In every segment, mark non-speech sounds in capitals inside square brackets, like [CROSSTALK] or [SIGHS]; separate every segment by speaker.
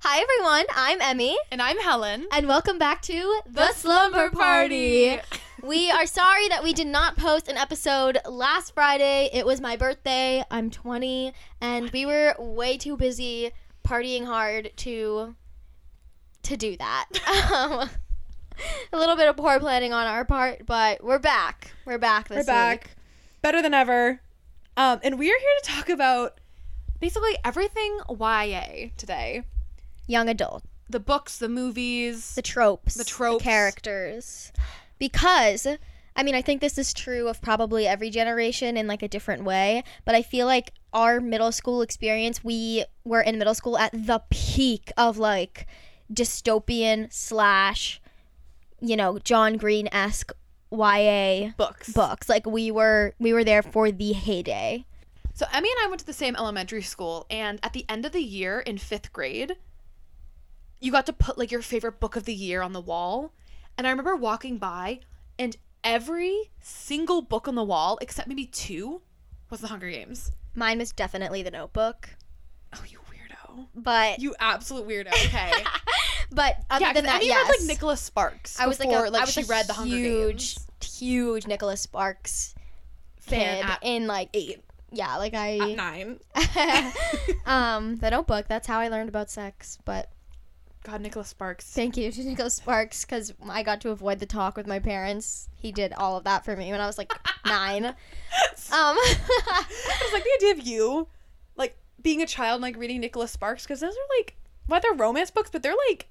Speaker 1: Hi everyone, I'm Emmy,
Speaker 2: And I'm Helen.
Speaker 1: and welcome back to The Slumber
Speaker 2: [LAUGHS]
Speaker 1: Party. We are sorry that we did not post an episode last Friday. It was my birthday. I'm 20, and we were way too busy partying hard to to do that. [LAUGHS] Um, a little bit of poor planning on our part, but we're back. We're back this
Speaker 2: We're back. Better than ever. Um, and we are here to talk about basically everything YA today.
Speaker 1: week. Young adult,
Speaker 2: The books, the movies.
Speaker 1: the tropes,
Speaker 2: The tropes.
Speaker 1: characters, because. I mean, I think this is true of probably every generation in like a different way, but I feel like our middle school experience, we were in middle school at the peak of like dystopian slash, you know, John Green esque YA
Speaker 2: books.
Speaker 1: books. Like we were we were there for the heyday.
Speaker 2: So Emmy and I went to the same elementary school, and at the end of the year in fifth grade, you got to put like your favorite book of the year on the wall. And I remember walking by, and every single book on the wall, except maybe two, was The Hunger Games.
Speaker 1: Mine was definitely the notebook.
Speaker 2: Oh, you weirdo!
Speaker 1: But
Speaker 2: You absolute weirdo. Okay. [LAUGHS]
Speaker 1: but other
Speaker 2: yeah,
Speaker 1: than that,
Speaker 2: Emmy
Speaker 1: yes.
Speaker 2: read like Nicholas Sparks.
Speaker 1: I was like,
Speaker 2: before,
Speaker 1: a, I was
Speaker 2: she
Speaker 1: a
Speaker 2: read The Hunger
Speaker 1: huge,
Speaker 2: Games.
Speaker 1: huge Nicholas Sparks
Speaker 2: Fan
Speaker 1: fan
Speaker 2: at-
Speaker 1: in like eight. Yeah, like
Speaker 2: At
Speaker 1: I,
Speaker 2: nine.
Speaker 1: [LAUGHS] um, the Notebook. That's how I learned about sex. But
Speaker 2: God, Nicholas Sparks.
Speaker 1: thank you to Nicholas Sparks because I got to avoid the talk with my parents. He did all of that for me when I was
Speaker 2: [LAUGHS]
Speaker 1: like nine.
Speaker 2: uh,
Speaker 1: Um, [LAUGHS]
Speaker 2: It's like the idea of you, like being a child, and, like reading Nicholas Sparks, because those are like, well, they're romance books, but they're like,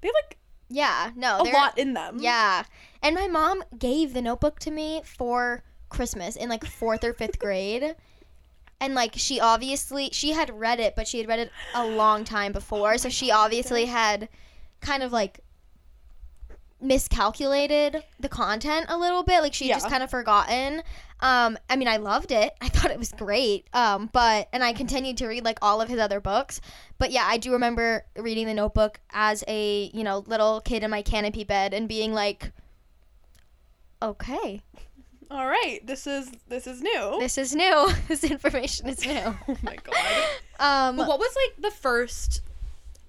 Speaker 2: they have like
Speaker 1: yeah, no,
Speaker 2: a
Speaker 1: they're-
Speaker 2: lot in them.
Speaker 1: Yeah, and my mom gave the Notebook to me for Christmas in like fourth or fifth grade. And like she obviously she had read it, but she had read it a long time before, so she obviously had kind of like miscalculated the content a little bit. Like she
Speaker 2: Yeah.
Speaker 1: just kind of forgotten. Um, I mean, I loved it. [LAUGHS] I thought it was great. Um, but and I continued to read like all of his other books. But yeah, I do remember reading the Notebook as a you know little kid in my canopy bed and being like, okay,
Speaker 2: All right, this is this is new.
Speaker 1: this is new. [LAUGHS] this information is new.
Speaker 2: oh [LAUGHS] my god.
Speaker 1: Um,
Speaker 2: But what was like the first,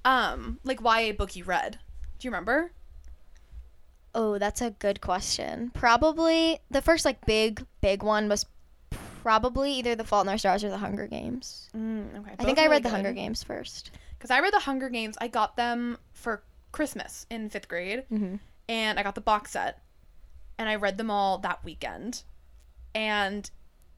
Speaker 2: um, like YA book you read? Do you remember?
Speaker 1: Oh, that's a good question. Probably the first like big big one was probably either The Fault in Our Stars or The Hunger Games.
Speaker 2: Mm, okay.
Speaker 1: I think I read The Hunger Games first.
Speaker 2: because I read The Hunger Games. I got them for Christmas in fifth grade,
Speaker 1: Mhm.
Speaker 2: and I got the box set, and I read them all that weekend, and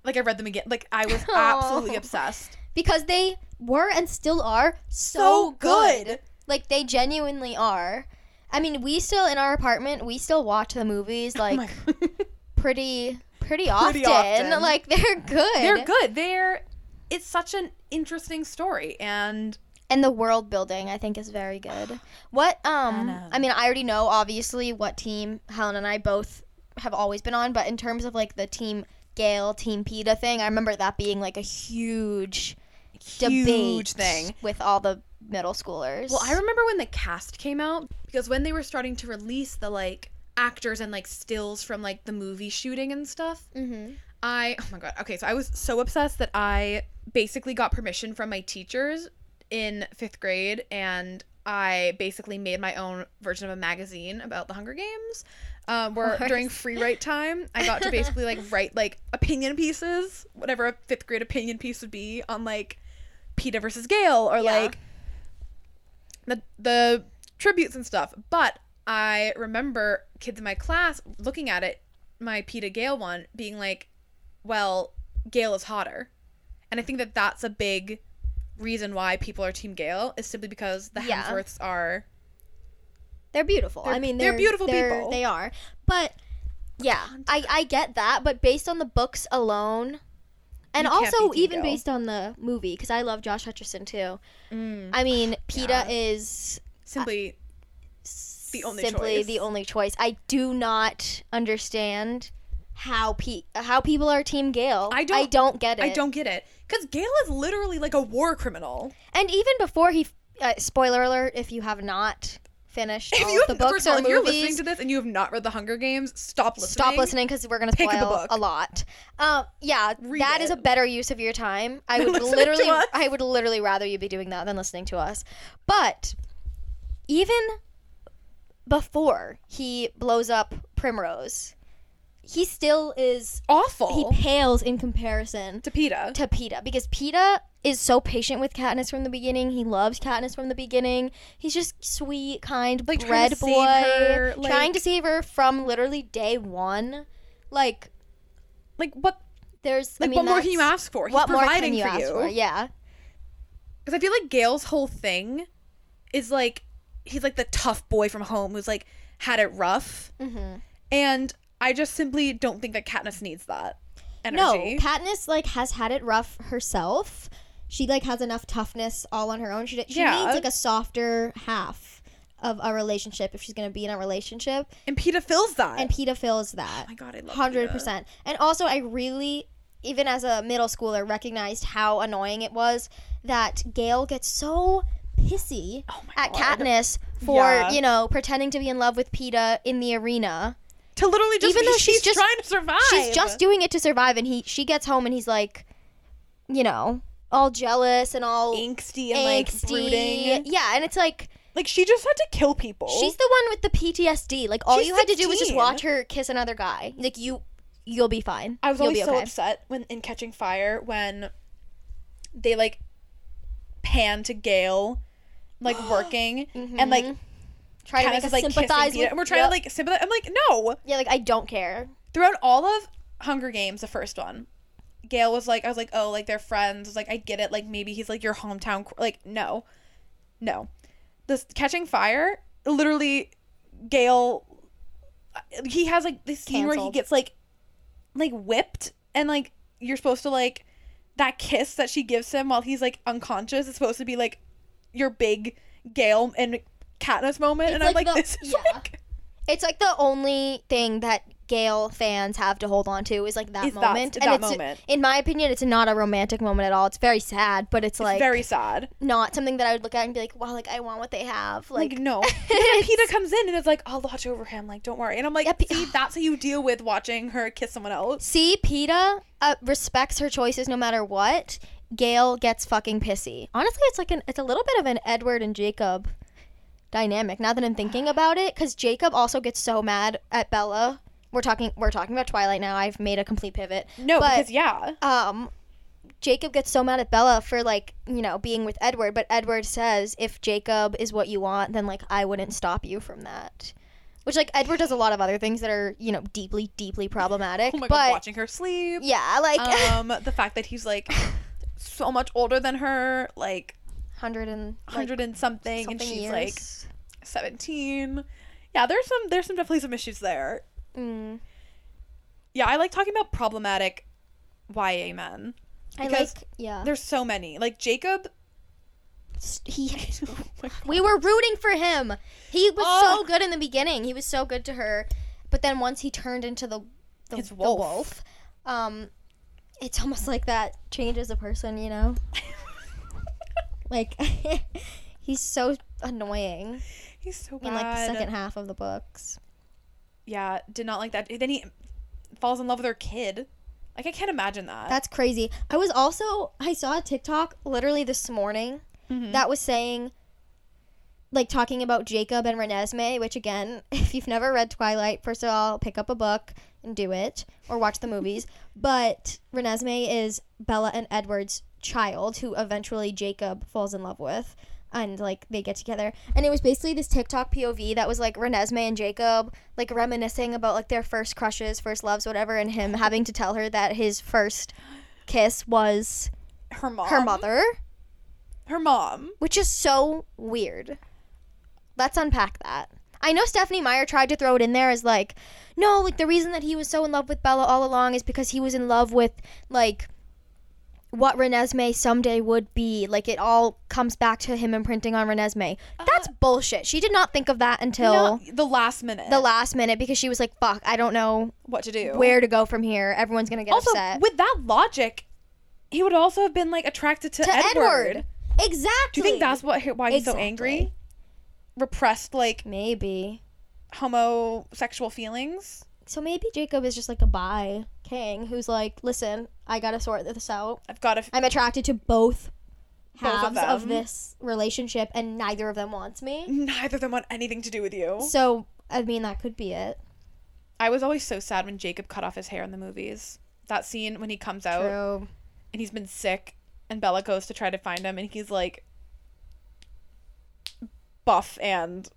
Speaker 2: like I read them again. Like I was absolutely
Speaker 1: [LAUGHS] Aw.
Speaker 2: obsessed.
Speaker 1: Because they were and still are so, good.
Speaker 2: Oh
Speaker 1: Like they genuinely are. I mean, we still in our apartment, we still watch the movies
Speaker 2: Oh
Speaker 1: like
Speaker 2: my-
Speaker 1: [LAUGHS] pretty pretty often.
Speaker 2: Pretty
Speaker 1: [LAUGHS]
Speaker 2: often.
Speaker 1: Like they're good.
Speaker 2: they're good. They're it's such an interesting story, and
Speaker 1: and the world building I think is very good. What um
Speaker 2: know.
Speaker 1: I mean I already know obviously what team Helen and I both have always been on, but in terms of like the team Gale, team PETA thing, I remember that being like a huge, debate
Speaker 2: huge thing.
Speaker 1: with all the middle schoolers.
Speaker 2: Well, I remember when the cast came out because when they were starting to release the like actors and like stills from like the movie shooting and stuff,
Speaker 1: mm-hmm.
Speaker 2: I oh my god. Okay, so I was so obsessed that I basically got permission from my teachers in 5th grade and I basically made my own version of a magazine about the Hunger Games. Um, where
Speaker 1: course.
Speaker 2: during free write time, I got to basically like write like opinion pieces, whatever a fifth grade opinion piece would be on like PETA versus Gale or
Speaker 1: Yeah.
Speaker 2: like the the tributes and stuff. But I remember kids in my class looking at it, my PETA Gale one, being like, "Well, Gale is hotter," and I think that that's a big reason why people are Team Gale is simply because the
Speaker 1: Yeah.
Speaker 2: Hemsworths are
Speaker 1: They're beautiful. I
Speaker 2: They're-
Speaker 1: mean,
Speaker 2: they're
Speaker 1: they're,
Speaker 2: beautiful
Speaker 1: they're-
Speaker 2: people.
Speaker 1: They are. But yeah, I, I get that. But based on the books alone, and
Speaker 2: You can't
Speaker 1: also
Speaker 2: beat
Speaker 1: even
Speaker 2: Ego.
Speaker 1: based on the movie, because I love Josh Hutcherson too. I
Speaker 2: [SIGHS]
Speaker 1: mean, PETA
Speaker 2: Mm-hmm. Yeah.
Speaker 1: is
Speaker 2: simply The only
Speaker 1: simply
Speaker 2: choice.
Speaker 1: the only choice. I do not understand how pe- how people are Team Gale.
Speaker 2: I don't-
Speaker 1: I don't get it.
Speaker 2: I don't get it because Gale is literally like a war criminal.
Speaker 1: And even before he, uh, spoiler alert, if you have not finished
Speaker 2: If
Speaker 1: all
Speaker 2: you
Speaker 1: of the
Speaker 2: have,
Speaker 1: books
Speaker 2: first of all,
Speaker 1: or
Speaker 2: if you're listening
Speaker 1: movies.
Speaker 2: to this and you have not read The Hunger Games, stop listening.
Speaker 1: Stop listening because we're gonna
Speaker 2: Pick up a
Speaker 1: spoil
Speaker 2: book.
Speaker 1: a lot. Um, yeah, that is
Speaker 2: Read
Speaker 1: a
Speaker 2: it.
Speaker 1: better use of your time. I
Speaker 2: Than
Speaker 1: would
Speaker 2: listening to
Speaker 1: literally,
Speaker 2: us.
Speaker 1: I would literally rather you be doing that than listening to us. But even before he blows up Primrose, he still is. He
Speaker 2: Awful.
Speaker 1: pales in comparison
Speaker 2: to PETA.
Speaker 1: to PETA because PETA is so patient with Katniss from the beginning. He loves Katniss from the beginning. He's just sweet, kind,
Speaker 2: Like, trying to
Speaker 1: bread
Speaker 2: save
Speaker 1: boy,
Speaker 2: her,
Speaker 1: trying
Speaker 2: like-
Speaker 1: to save her from literally day one. Like
Speaker 2: like what?
Speaker 1: there's,
Speaker 2: Like
Speaker 1: I mean,
Speaker 2: what more can you
Speaker 1: that's-
Speaker 2: ask for? He's
Speaker 1: What more
Speaker 2: providing
Speaker 1: can you
Speaker 2: for
Speaker 1: ask
Speaker 2: you.
Speaker 1: for? Yeah,
Speaker 2: Because I feel like Gail's whole thing is like he's like the tough boy from home who's like had it rough,
Speaker 1: Mhm.
Speaker 2: and I just simply don't think that Katniss needs that energy.
Speaker 1: no, Katniss like has had it rough herself. She like has enough toughness all on her own. She, she
Speaker 2: Yeah.
Speaker 1: needs like a softer half of a relationship if she's gonna be in a relationship.
Speaker 2: and PETA fills that.
Speaker 1: And PETA fills that.
Speaker 2: oh my god, I love
Speaker 1: Hundred
Speaker 2: PETA.
Speaker 1: percent. And also, I really, even as a middle schooler, recognized how annoying it was that Gail gets so pissy
Speaker 2: Oh my
Speaker 1: at
Speaker 2: God.
Speaker 1: Katniss for
Speaker 2: Yeah.
Speaker 1: you know pretending to be in love with Peta in the arena.
Speaker 2: To literally just
Speaker 1: Even though
Speaker 2: because
Speaker 1: she's
Speaker 2: she's,
Speaker 1: just-
Speaker 2: trying to survive.
Speaker 1: She's just doing it to survive, and he she gets home and he's like, you know, all jealous and all
Speaker 2: angsty and like
Speaker 1: angsty.
Speaker 2: brooding.
Speaker 1: Yeah, and it's like
Speaker 2: Like she just had to kill people.
Speaker 1: she's the one with the PTSD. Like all
Speaker 2: She's
Speaker 1: you had to do was just
Speaker 2: 16.
Speaker 1: watch her kiss another guy. Like you, you'll be fine.
Speaker 2: I was
Speaker 1: you'll
Speaker 2: always
Speaker 1: be
Speaker 2: so
Speaker 1: okay.
Speaker 2: upset when in Catching Fire when they like pan to Gail
Speaker 1: [GASPS]
Speaker 2: like working and
Speaker 1: Mm-hmm.
Speaker 2: like
Speaker 1: Try to
Speaker 2: Katniss
Speaker 1: make us
Speaker 2: is like
Speaker 1: sympathize
Speaker 2: sympathize
Speaker 1: with.
Speaker 2: and we're trying
Speaker 1: Yep.
Speaker 2: to like sympathize. I'm like, no.
Speaker 1: Yeah, like I don't care.
Speaker 2: Throughout all of Hunger Games, the first one, Gail was like, I was like, oh, like they're friends. I was like, I get it. Like maybe he's like your hometown. qu- Like no, no. This Catching Fire, literally, Gail. uh, He has like this scene where he
Speaker 1: Cancelled.
Speaker 2: gets like, like whipped and like you're supposed to like that kiss that she gives him while he's like unconscious is supposed to be like your big Gail and Katniss moment,
Speaker 1: It's
Speaker 2: and
Speaker 1: like
Speaker 2: I'm like,
Speaker 1: the-
Speaker 2: this is
Speaker 1: yeah.
Speaker 2: like.
Speaker 1: It's like the only thing that Gale fans have to hold on to is like that
Speaker 2: Is that-
Speaker 1: moment.
Speaker 2: that
Speaker 1: it's,
Speaker 2: moment.
Speaker 1: In my opinion, it's not a romantic moment at all. It's very sad, but it's, like
Speaker 2: very sad.
Speaker 1: not something that I would look at and be like, wow, like I want what they have. Like, [LAUGHS]
Speaker 2: Like, no. Because then PETA comes in and is like, I'll watch over him. Like, don't worry. And I'm like,
Speaker 1: Yeah, P-
Speaker 2: see, that's how you deal with watching her kiss someone else.
Speaker 1: see, Peta uh, respects her choices no matter what. Gale gets fucking pissy. Honestly, it's like an it's a little bit of an Edward and Jacob dynamic. Now that I'm thinking about it, because Jacob also gets so mad at Bella. We're talking we're talking about Twilight now. I've made a complete pivot.
Speaker 2: No,
Speaker 1: But-
Speaker 2: because yeah.
Speaker 1: um Jacob gets so mad at Bella for like, you know, being with Edward, but Edward says if Jacob is what you want, then like I wouldn't stop you from that. Which like Edward does a lot of other things that are, you know, deeply deeply problematic,
Speaker 2: Oh my
Speaker 1: but
Speaker 2: god, watching her sleep.
Speaker 1: yeah, like [LAUGHS]
Speaker 2: Um, the fact that he's like so much older than her, like
Speaker 1: 100 and like,
Speaker 2: hundred and something,
Speaker 1: something
Speaker 2: and she's
Speaker 1: years.
Speaker 2: like seventeen. Yeah, there's some there's some definitely some issues there.
Speaker 1: mm.
Speaker 2: Yeah, I like talking about problematic YA men.
Speaker 1: I like
Speaker 2: because
Speaker 1: yeah.
Speaker 2: There's so many. Like Jacob
Speaker 1: S- He
Speaker 2: [LAUGHS] oh
Speaker 1: [LAUGHS]
Speaker 2: my God.
Speaker 1: we were rooting for him. He was
Speaker 2: Oh.
Speaker 1: so good in the beginning. He was so good to her, but then once he turned into the the,
Speaker 2: His
Speaker 1: the
Speaker 2: wolf.
Speaker 1: wolf, um, it's almost like that changes a person, you
Speaker 2: [LAUGHS]
Speaker 1: know. Like [LAUGHS] he's so annoying
Speaker 2: he's so bad.
Speaker 1: in like the second half of the books.
Speaker 2: yeah, did not like that. Then he falls in love with her kid. Like I can't imagine that.
Speaker 1: That's crazy. I was also I saw a TikTok literally this morning
Speaker 2: Mhm.
Speaker 1: that was saying like talking about Jacob and Renesmee, which again, [LAUGHS] if you've never read Twilight, first of all, pick up a book and do it or watch the movies. But Renesmee is Bella and Edward's child who eventually Jacob falls in love with and like they get together. And it was basically this TikTok POV that was like Renesmee and Jacob like reminiscing about like their first crushes, first loves, whatever, and him having to tell her that his first kiss was
Speaker 2: her mom.
Speaker 1: her mother,
Speaker 2: Her mom.
Speaker 1: which is so weird. Let's unpack that. I know Stephanie Meyer tried to throw it in there as like, no, like the reason that he was so in love with Bella all along is because he was in love with like what Renesmee someday would be. Like it all comes back to him imprinting on Renesmee. That's bullshit. She did not think of that until
Speaker 2: Uh, No, the last minute.
Speaker 1: the last minute because she was like, fuck, I don't know
Speaker 2: what to do?
Speaker 1: where to go from here. Everyone's gonna get
Speaker 2: Oh. also
Speaker 1: upset.
Speaker 2: with that logic, he would also have been like attracted to,
Speaker 1: to
Speaker 2: Edward.
Speaker 1: Edward. Exactly.
Speaker 2: Do you think that's what why he's so angry?
Speaker 1: Exactly.
Speaker 2: repressed like
Speaker 1: Maybe.
Speaker 2: homosexual feelings.
Speaker 1: So maybe Jacob is just like a bi king who's like, listen, I gotta sort this out.
Speaker 2: I've got to.
Speaker 1: I'm attracted to both
Speaker 2: Both
Speaker 1: halves
Speaker 2: of
Speaker 1: of,
Speaker 2: them.
Speaker 1: this relationship, and neither of them wants me.
Speaker 2: Neither of them want anything to do with you.
Speaker 1: So I mean, that could be it.
Speaker 2: I was always so sad when Jacob cut off his hair in the movies. That scene when he comes out
Speaker 1: True.
Speaker 2: and he's been sick, and Bella goes to try to find him, and he's like buff and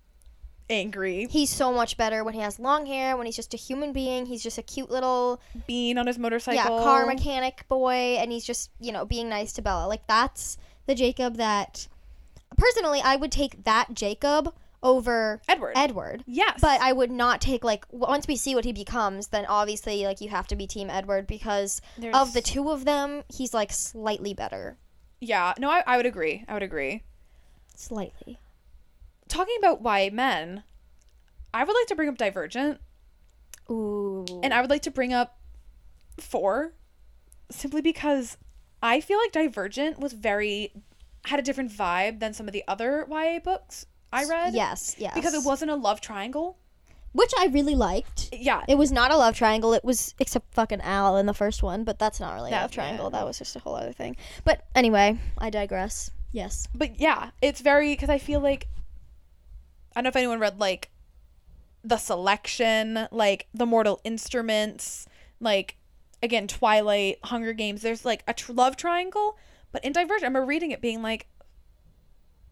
Speaker 2: angry,
Speaker 1: He's so much better when he has long hair. When he's just a human being, he's just a cute little
Speaker 2: being on his motorcycle.
Speaker 1: yeah car mechanic boy, and he's just you know being nice to Bella. Like that's the Jacob that personally I would take that Jacob over
Speaker 2: Edward.
Speaker 1: Edward.
Speaker 2: yes,
Speaker 1: But I would not take like w- once we see what he becomes, then obviously like you have to be Team Edward because
Speaker 2: There's-
Speaker 1: of the two of them, he's like slightly better,
Speaker 2: yeah, no, I, I would agree. I would agree.
Speaker 1: slightly.
Speaker 2: Talking about why men, I would like to bring up Divergent,
Speaker 1: Ooh,
Speaker 2: and I would like to bring up Four, simply because I feel like Divergent was very had a different vibe than some of the other YA books I read.
Speaker 1: yes, yes,
Speaker 2: because it wasn't a love triangle.
Speaker 1: which I really liked.
Speaker 2: Yeah,
Speaker 1: It was not a love triangle. It was except fucking Al in the first one, but that's not really a
Speaker 2: That-
Speaker 1: love triangle. That was just a whole other thing. But anyway, I digress. Yes,
Speaker 2: but yeah, it's very because I feel like I don't know if anyone read like the selection, like the Mortal Instruments, like again Twilight, Hunger Games. There's like a tr- love triangle, but in Divergent, I remember reading it being like,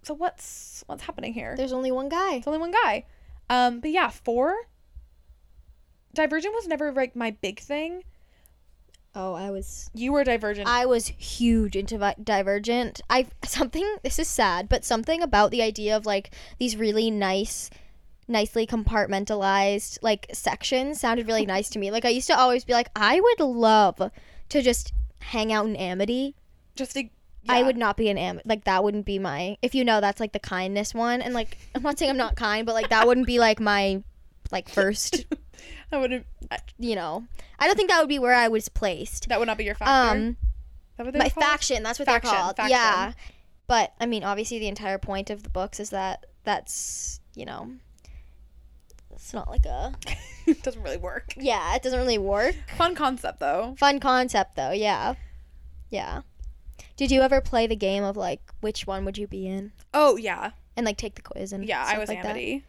Speaker 2: so what's what's happening here?
Speaker 1: there's only one guy.
Speaker 2: It's only one guy. Um, but yeah, four. Divergent was never like my big thing.
Speaker 1: Oh, I was
Speaker 2: You were Divergent.
Speaker 1: I was huge into Vi- Divergent. I something this is sad, but something about the idea of like these really nice nicely compartmentalized like sections sounded really nice to me. Like I used to always be like I would love to just hang out in Amity.
Speaker 2: just a,
Speaker 1: I
Speaker 2: yeah.
Speaker 1: would not be an am like that wouldn't be my if you know that's like the kindness one and like I'm not saying I'm not kind, but like that wouldn't be like my like first,
Speaker 2: I would.
Speaker 1: you know. I don't think that would be where I was placed.
Speaker 2: That would not be your factor.
Speaker 1: Um
Speaker 2: Is that what they
Speaker 1: my
Speaker 2: were called?
Speaker 1: faction. That's what
Speaker 2: Faction,
Speaker 1: they're called.
Speaker 2: faction.
Speaker 1: Yeah, but I mean, obviously, the entire point of the books is that that's you know, it's not like a
Speaker 2: it [LAUGHS] doesn't really work.
Speaker 1: yeah. It doesn't really work.
Speaker 2: Fun concept though.
Speaker 1: Fun concept though. Yeah, yeah. Did you ever play the game of like which one would you be in
Speaker 2: Oh yeah,
Speaker 1: and like take the quiz and
Speaker 2: yeah. I
Speaker 1: stuff
Speaker 2: was
Speaker 1: like that? Uh,
Speaker 2: Amity.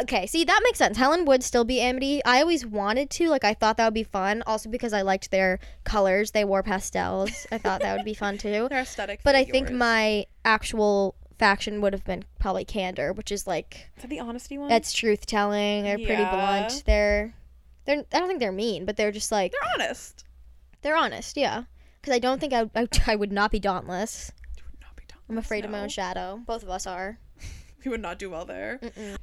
Speaker 1: Okay, see that makes sense. Helen would still be Amity. I always wanted to. Like I thought that would be fun. Also because I liked their colors. They wore pastels. I thought that would be fun too.
Speaker 2: Their aesthetic.
Speaker 1: But
Speaker 2: fit
Speaker 1: I think
Speaker 2: yours.
Speaker 1: my actual faction would have been probably candor, which is like
Speaker 2: Is that the honesty one.
Speaker 1: that's truth telling. They're pretty
Speaker 2: Mm. Yeah.
Speaker 1: blunt. They're they're I don't think they're mean, but they're just like
Speaker 2: they're honest.
Speaker 1: they're honest. Yeah, because I don't think I, [LAUGHS] I I would not be dauntless.
Speaker 2: You would not be done
Speaker 1: I'm
Speaker 2: with,
Speaker 1: afraid of my
Speaker 2: no.
Speaker 1: own shadow. Both of us are.
Speaker 2: We would not do well there.
Speaker 1: Mm-mm.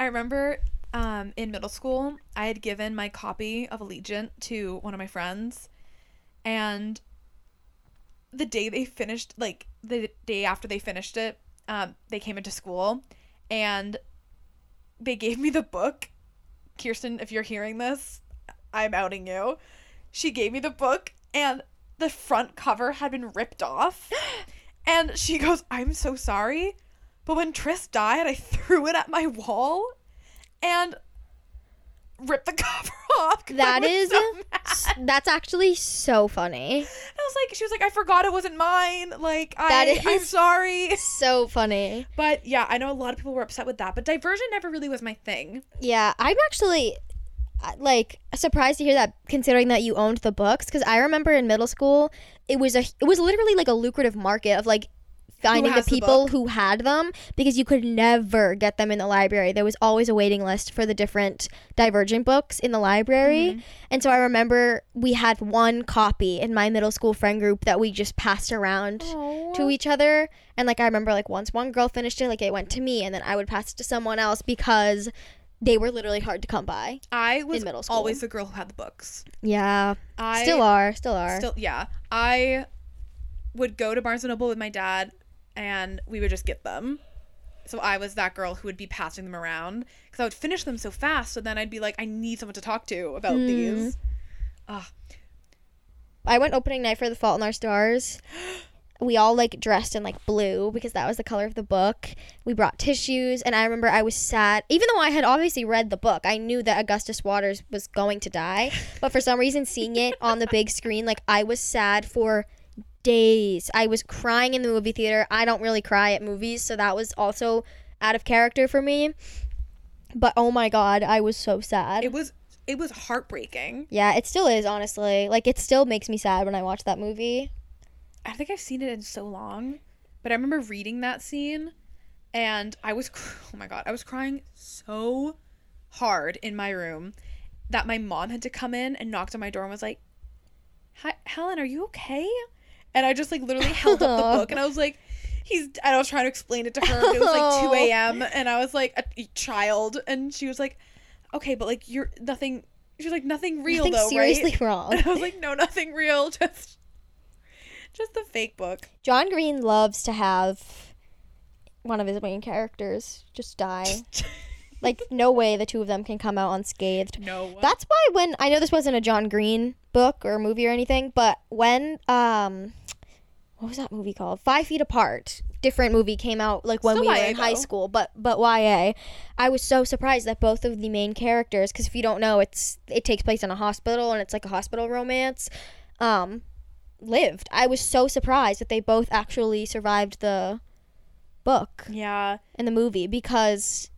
Speaker 2: I remember um, in middle school, I had given my copy of Allegiant to one of my friends, and the day they finished, like the day after they finished it, um, they came into school, and they gave me the book. Kirsten, if you're hearing this, I'm outing you. She gave me the book, and the front cover had been
Speaker 1: [GASPS]
Speaker 2: ripped off. And she goes, I'm so sorry. But when Tris died, I [LAUGHS] threw it at my wall and ripped the [LAUGHS] cover off. 'cause [LAUGHS] I
Speaker 1: That
Speaker 2: was
Speaker 1: is-
Speaker 2: so mad.
Speaker 1: [LAUGHS] S- That's actually so
Speaker 2: [LAUGHS]
Speaker 1: funny.
Speaker 2: I was like, she was like, I forgot it wasn't mine. Like,
Speaker 1: That
Speaker 2: I, I'm
Speaker 1: is- [LAUGHS]
Speaker 2: sorry.
Speaker 1: So funny.
Speaker 2: But yeah, I know a lot of people were upset with that. But Diversion never really was my thing.
Speaker 1: Yeah, I'm actually uh, like surprised to hear that considering that you owned the books cuz I remember in middle school it was a it was literally like a lucrative market of like finding the
Speaker 2: has the
Speaker 1: people
Speaker 2: book?
Speaker 1: who had them because you could never get them in the library. There was always a waiting list for the different divergent books in the library.
Speaker 2: Mm-hmm.
Speaker 1: And so I remember we had one copy in my middle school friend group that we just passed around to each other and like i remember like once one girl finished it like it went to me and then i would pass it to someone else because they were literally hard to come by
Speaker 2: I was
Speaker 1: in middle school.
Speaker 2: always the girl who had the books.
Speaker 1: yeah
Speaker 2: I
Speaker 1: still are still are
Speaker 2: Still, yeah. I would go to Barnes and Noble with my dad, and we would just get them. So I was that girl who would be passing them around because I would finish them so fast. So then I'd be like, I need someone to talk to about
Speaker 1: Mm.
Speaker 2: these.
Speaker 1: i went opening night for the fault in our stars [GASPS] we all like dressed in like blue because that was the color of the book. We brought tissues, and I remember I was sad, even though I had obviously read the book. I knew that Augustus Waters was going to die, but for some reason, seeing it on the big screen, like I was sad for days. I was crying in the movie theater. I don't really cry at movies, so that was also out of character for me. But oh my god, I was so sad.
Speaker 2: It was it was heartbreaking.
Speaker 1: yeah, it still is honestly. Like it still makes me sad when I watch that movie.
Speaker 2: I think I've seen it in so long, but I remember reading that scene and I was cr- [LAUGHS] oh my god, I was crying so hard in my room that my mom had to come in and knocked on my door and was like, "Hi, Helen, are you okay?" And I just like literally
Speaker 1: [LAUGHS]
Speaker 2: held up
Speaker 1: Aw.
Speaker 2: the book and I was like, "He's." And I was trying to explain it to her. But it was
Speaker 1: [LAUGHS]
Speaker 2: like two
Speaker 1: Aw.
Speaker 2: a.m. and I was like a child, and she was like, "Okay, but like you're nothing." She was like, "Nothing real
Speaker 1: Nothing
Speaker 2: though,
Speaker 1: seriously [LAUGHS]
Speaker 2: right?" [LAUGHS] And I
Speaker 1: wrong.
Speaker 2: was like, no, nothing real, [LAUGHS] just just the fake book.
Speaker 1: John Green loves to have one of his main characters just
Speaker 2: [LAUGHS]
Speaker 1: die. like no way the two of them can come out unscathed.
Speaker 2: [LAUGHS] no.
Speaker 1: That's why when I know this wasn't a John Green book or movie or anything, but when um what was that movie called? Five Feet Apart. Different movie came out like when
Speaker 2: Still
Speaker 1: we were
Speaker 2: YA
Speaker 1: in high
Speaker 2: though.
Speaker 1: school, but but YA. I was so surprised that both of the main characters, because if you don't know, it's it takes place in a hospital and it's like a hospital romance, um, lived. I was so surprised that they both actually survived the book
Speaker 2: yeah.
Speaker 1: in the movie because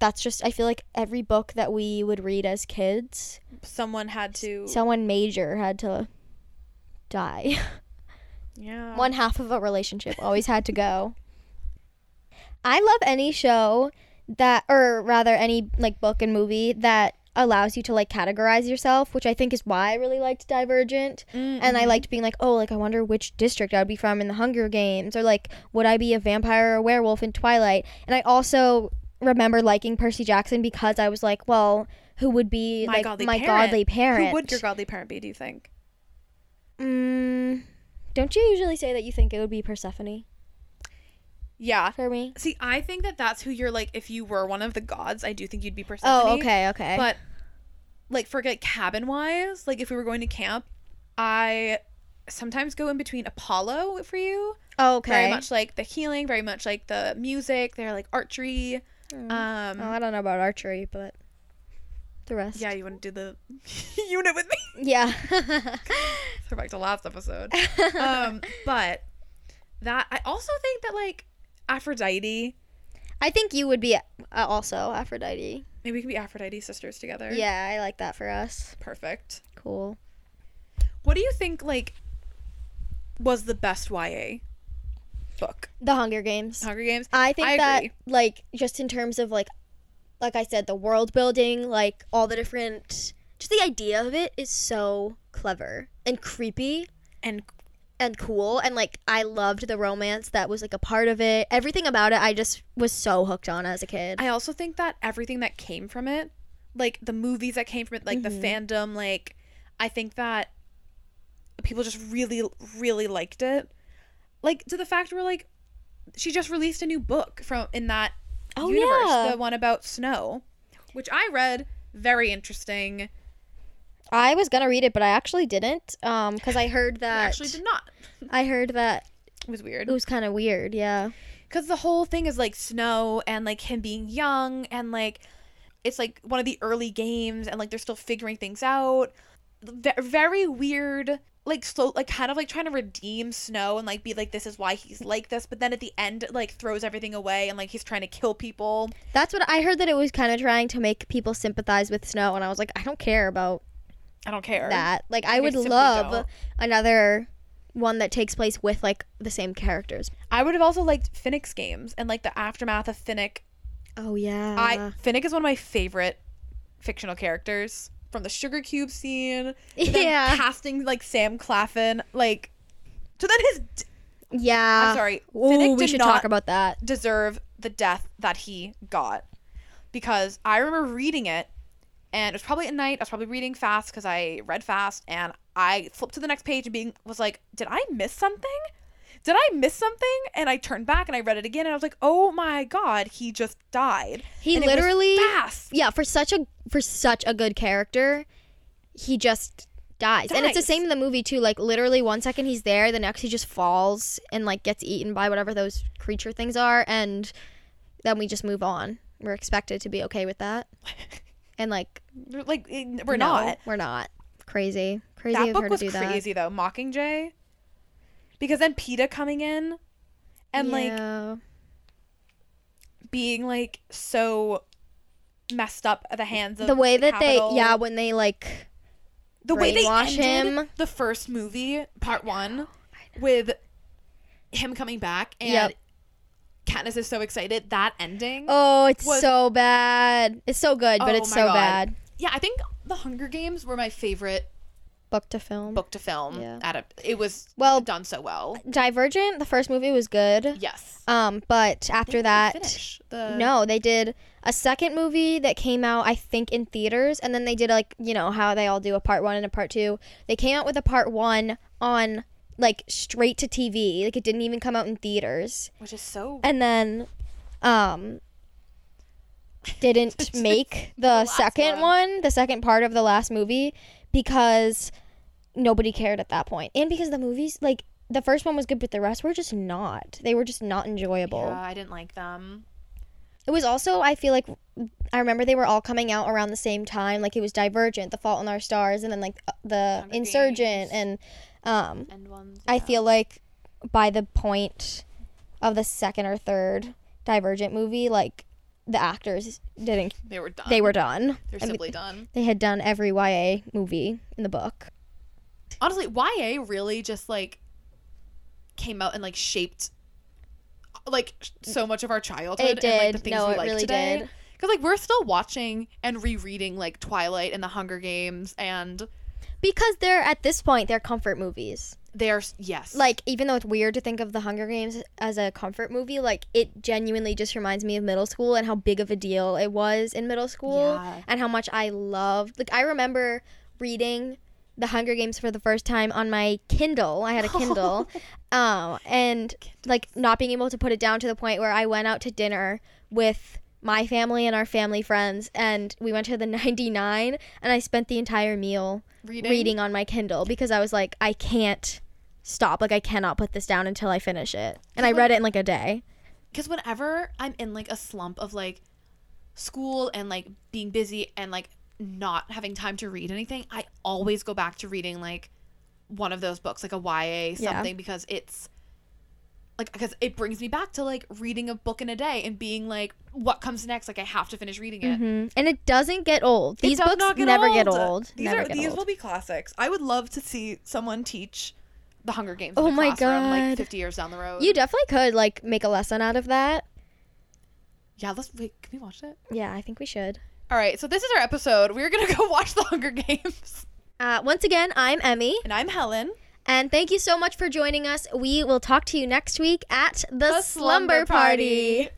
Speaker 1: that's just I feel like every book that we would read as kids,
Speaker 2: Someone had to.
Speaker 1: someone major had to die. [LAUGHS]
Speaker 2: Uh-huh. yeah.
Speaker 1: One half of a relationship always had to go. I love any show that or rather any like book and movie that allows you to like categorize yourself, which I think is why I really liked Divergent. And I liked being like, oh, like I wonder which district I'd be from in the Hunger Games, or like would I be a vampire or a werewolf in Twilight? And I also remember liking Percy Jackson because I was like, well, who would be
Speaker 2: My
Speaker 1: like
Speaker 2: godly
Speaker 1: my
Speaker 2: parent.
Speaker 1: godly parent?
Speaker 2: Who would your godly parent be? Do you think?
Speaker 1: mm, don't you usually say that you think it would be Persephone
Speaker 2: Yeah.
Speaker 1: for me?
Speaker 2: See, I think that that's who you're like. If you were one of the gods, I do think you'd be Persephone.
Speaker 1: Oh, okay, okay.
Speaker 2: But like for like cabin wise, like if we were going to camp, I sometimes go in between Apollo for you.
Speaker 1: Oh, okay.
Speaker 2: Very much like the healing, very much like the music. They're like archery.
Speaker 1: Mm.
Speaker 2: Um,
Speaker 1: Oh, I don't know about archery, but the rest.
Speaker 2: Yeah, you want to do the [LAUGHS] unit with me?
Speaker 1: [LAUGHS]
Speaker 2: [LAUGHS]
Speaker 1: Yeah.
Speaker 2: Throw back to last [LAUGHS] episode. Um, but that I also think that like Aphrodite,
Speaker 1: I think you would be uh, also Aphrodite.
Speaker 2: maybe we could be Aphrodite sisters together.
Speaker 1: Yeah, I like that for us.
Speaker 2: perfect.
Speaker 1: Cool.
Speaker 2: What do you think like was the best YA book?
Speaker 1: The Hunger Games.
Speaker 2: Hunger Games.
Speaker 1: I think
Speaker 2: I
Speaker 1: that
Speaker 2: agree.
Speaker 1: like just in terms of like like I said the world building, like all the different just the idea of it is so clever and creepy
Speaker 2: And
Speaker 1: and cool and like I loved the romance that was like a part of it. Everything about it I just was so hooked on as a kid.
Speaker 2: I also think that everything that came from it, like the movies that came from it, like
Speaker 1: Mm-hmm.
Speaker 2: the fandom, like I think that people just really, really liked it. Like to the fact where like she just released a new book from in that
Speaker 1: Oh,
Speaker 2: universe,
Speaker 1: yeah.
Speaker 2: the one about snow, which I read. Very interesting.
Speaker 1: I was going to read it but I actually didn't um cuz I heard
Speaker 2: I
Speaker 1: that
Speaker 2: actually did not.
Speaker 1: I heard that
Speaker 2: It was weird.
Speaker 1: it was kind of weird, yeah.
Speaker 2: because the whole thing is like snow and like him being young and like it's like one of the early games and like they're still figuring things out Ve- very weird like slow like kind of like trying to redeem snow and like be like this is why he's like this but then at the end it, like throws everything away and like he's trying to kill people
Speaker 1: That's what I heard that it was kind of trying to make people sympathize with Snow and I was like I don't care about
Speaker 2: i don't care
Speaker 1: that. Like I
Speaker 2: I
Speaker 1: would
Speaker 2: simply
Speaker 1: love
Speaker 2: don't.
Speaker 1: another one that takes place with like the same characters.
Speaker 2: i would have also liked finnick's games and like the aftermath of finnick
Speaker 1: Oh yeah.
Speaker 2: i finnick is one of my favorite fictional characters from the sugar cube scene to
Speaker 1: [LAUGHS]
Speaker 2: them [LAUGHS]
Speaker 1: yeah.
Speaker 2: casting like Sam Claflin, like to then his d-
Speaker 1: yeah.
Speaker 2: I'm sorry,
Speaker 1: Uh, Ooh,
Speaker 2: Finnick
Speaker 1: we
Speaker 2: did
Speaker 1: should
Speaker 2: not
Speaker 1: talk about that.
Speaker 2: deserve the death that he got because I remember reading it, and it was probably at night. I was probably reading fast because I read fast, and I flipped to the next page and being was like, did I miss something? Did I miss something? And I turned back and I read it again, and I was like, oh my god, he just died.
Speaker 1: He
Speaker 2: And it was
Speaker 1: literally
Speaker 2: fast.
Speaker 1: Yeah, for such a for such a good character, he just dies. And it's the
Speaker 2: Dies.
Speaker 1: same in the movie too. Like literally one second he's there, the next he just falls and like gets eaten by whatever those creature things are and then we just move on. We're expected to be okay with
Speaker 2: [LAUGHS]
Speaker 1: that. And like
Speaker 2: like it- we're
Speaker 1: no,
Speaker 2: not.
Speaker 1: We're not. Crazy. Crazy
Speaker 2: That
Speaker 1: of
Speaker 2: book
Speaker 1: her
Speaker 2: was
Speaker 1: to do that.
Speaker 2: crazy though, Mockingjay. Because then PETA coming in and like
Speaker 1: Yeah.
Speaker 2: being like so messed up at the hands of
Speaker 1: the way that
Speaker 2: capital.
Speaker 1: they yeah, when they like
Speaker 2: the way they
Speaker 1: brainwash
Speaker 2: ended
Speaker 1: him.
Speaker 2: the first movie part one with him coming back and
Speaker 1: Yep.
Speaker 2: Katniss is so excited that ending
Speaker 1: Oh, it's
Speaker 2: was-
Speaker 1: so bad. It's so good, but
Speaker 2: Oh
Speaker 1: it's
Speaker 2: my
Speaker 1: so
Speaker 2: God.
Speaker 1: bad.
Speaker 2: yeah I think the Hunger Games were my favorite
Speaker 1: Book to film.
Speaker 2: book to film
Speaker 1: Yeah.
Speaker 2: At it was
Speaker 1: Well,
Speaker 2: done so well
Speaker 1: Divergent, the first movie was good.
Speaker 2: yes
Speaker 1: Um, but after that,
Speaker 2: finish the
Speaker 1: no, they did a second movie that came out, I think, in theaters, and then they did like you know how they all do a part one and a part two. They came out with a part one on like straight to TV, like it didn't even come out in theaters,
Speaker 2: which is so
Speaker 1: and then, um.
Speaker 2: [LAUGHS]
Speaker 1: Didn't make the,
Speaker 2: last
Speaker 1: second one, the second part of the last movie, because nobody cared at that point, and because the movies, like the first one was good, but the rest were just not. They were just not enjoyable.
Speaker 2: yeah I didn't like them
Speaker 1: It was also, I feel like, I remember they were all coming out around the same time. Like it was Divergent, The Fault in Our Stars, and then like uh, the
Speaker 2: Hunger
Speaker 1: Insurgent,
Speaker 2: Games.
Speaker 1: and um,
Speaker 2: and ones
Speaker 1: I
Speaker 2: yeah.
Speaker 1: feel like by the point of the second or third Divergent movie, like the actors didn't,
Speaker 2: they were done
Speaker 1: they were done.
Speaker 2: Um, they're
Speaker 1: I mean,
Speaker 2: simply done
Speaker 1: [LAUGHS] they had done every YA movie in the book.
Speaker 2: honestly YA really just like came out and like shaped like sh- so much of our childhood
Speaker 1: It
Speaker 2: and like the
Speaker 1: did.
Speaker 2: things
Speaker 1: No,
Speaker 2: we
Speaker 1: it
Speaker 2: like
Speaker 1: really
Speaker 2: today.
Speaker 1: did.
Speaker 2: Cuz like we're still watching and rereading like Twilight and The Hunger Games and
Speaker 1: Because they're, at this point, they're comfort movies.
Speaker 2: they're yes.
Speaker 1: like even though it's weird to think of the hunger games as a comfort movie like it genuinely just reminds me of middle school and how big of a deal it was in middle school
Speaker 2: Yeah.
Speaker 1: and how much i loved like i remember reading the hunger games for the first time on my kindle i had a kindle
Speaker 2: [LAUGHS]
Speaker 1: um, and like not being able to put it down to the point where i went out to dinner with my family and our family friends and we went to the [LAUGHS] 99 and i spent the entire meal
Speaker 2: reading,
Speaker 1: reading, on my Kindle because I was like, I can't stop. Like, I cannot put this down until I finish it. And I read it in like a day.
Speaker 2: cuz whenever I'm in like a slump of like school and like being busy and like not having time to read anything, I always go back to reading like one of those books, like a YA
Speaker 1: Yeah.
Speaker 2: something, because it's like because it brings me back to like reading a book in a day and being like, what comes next? Like I have to finish reading it.
Speaker 1: Mhm. And it doesn't get old. These
Speaker 2: It does
Speaker 1: books
Speaker 2: not get
Speaker 1: never get old.
Speaker 2: These
Speaker 1: never
Speaker 2: are
Speaker 1: get
Speaker 2: these
Speaker 1: old.
Speaker 2: will be classics. I would love to see someone teach the Hunger Games.
Speaker 1: Oh
Speaker 2: in a
Speaker 1: my
Speaker 2: classroom,
Speaker 1: God.
Speaker 2: Like fifty years down the road.
Speaker 1: you definitely could like make a lesson out of that.
Speaker 2: yeah, let's wait. Can we watch it?
Speaker 1: Yeah, I think we should.
Speaker 2: All right. So this is our episode. We're gonna [LAUGHS] go watch the Hunger Games,
Speaker 1: Uh, once again, I'm Emmy,
Speaker 2: and I'm Helen.
Speaker 1: and thank you so much for joining us. We will talk to you next week at the,
Speaker 2: The
Speaker 1: Slumber, Party.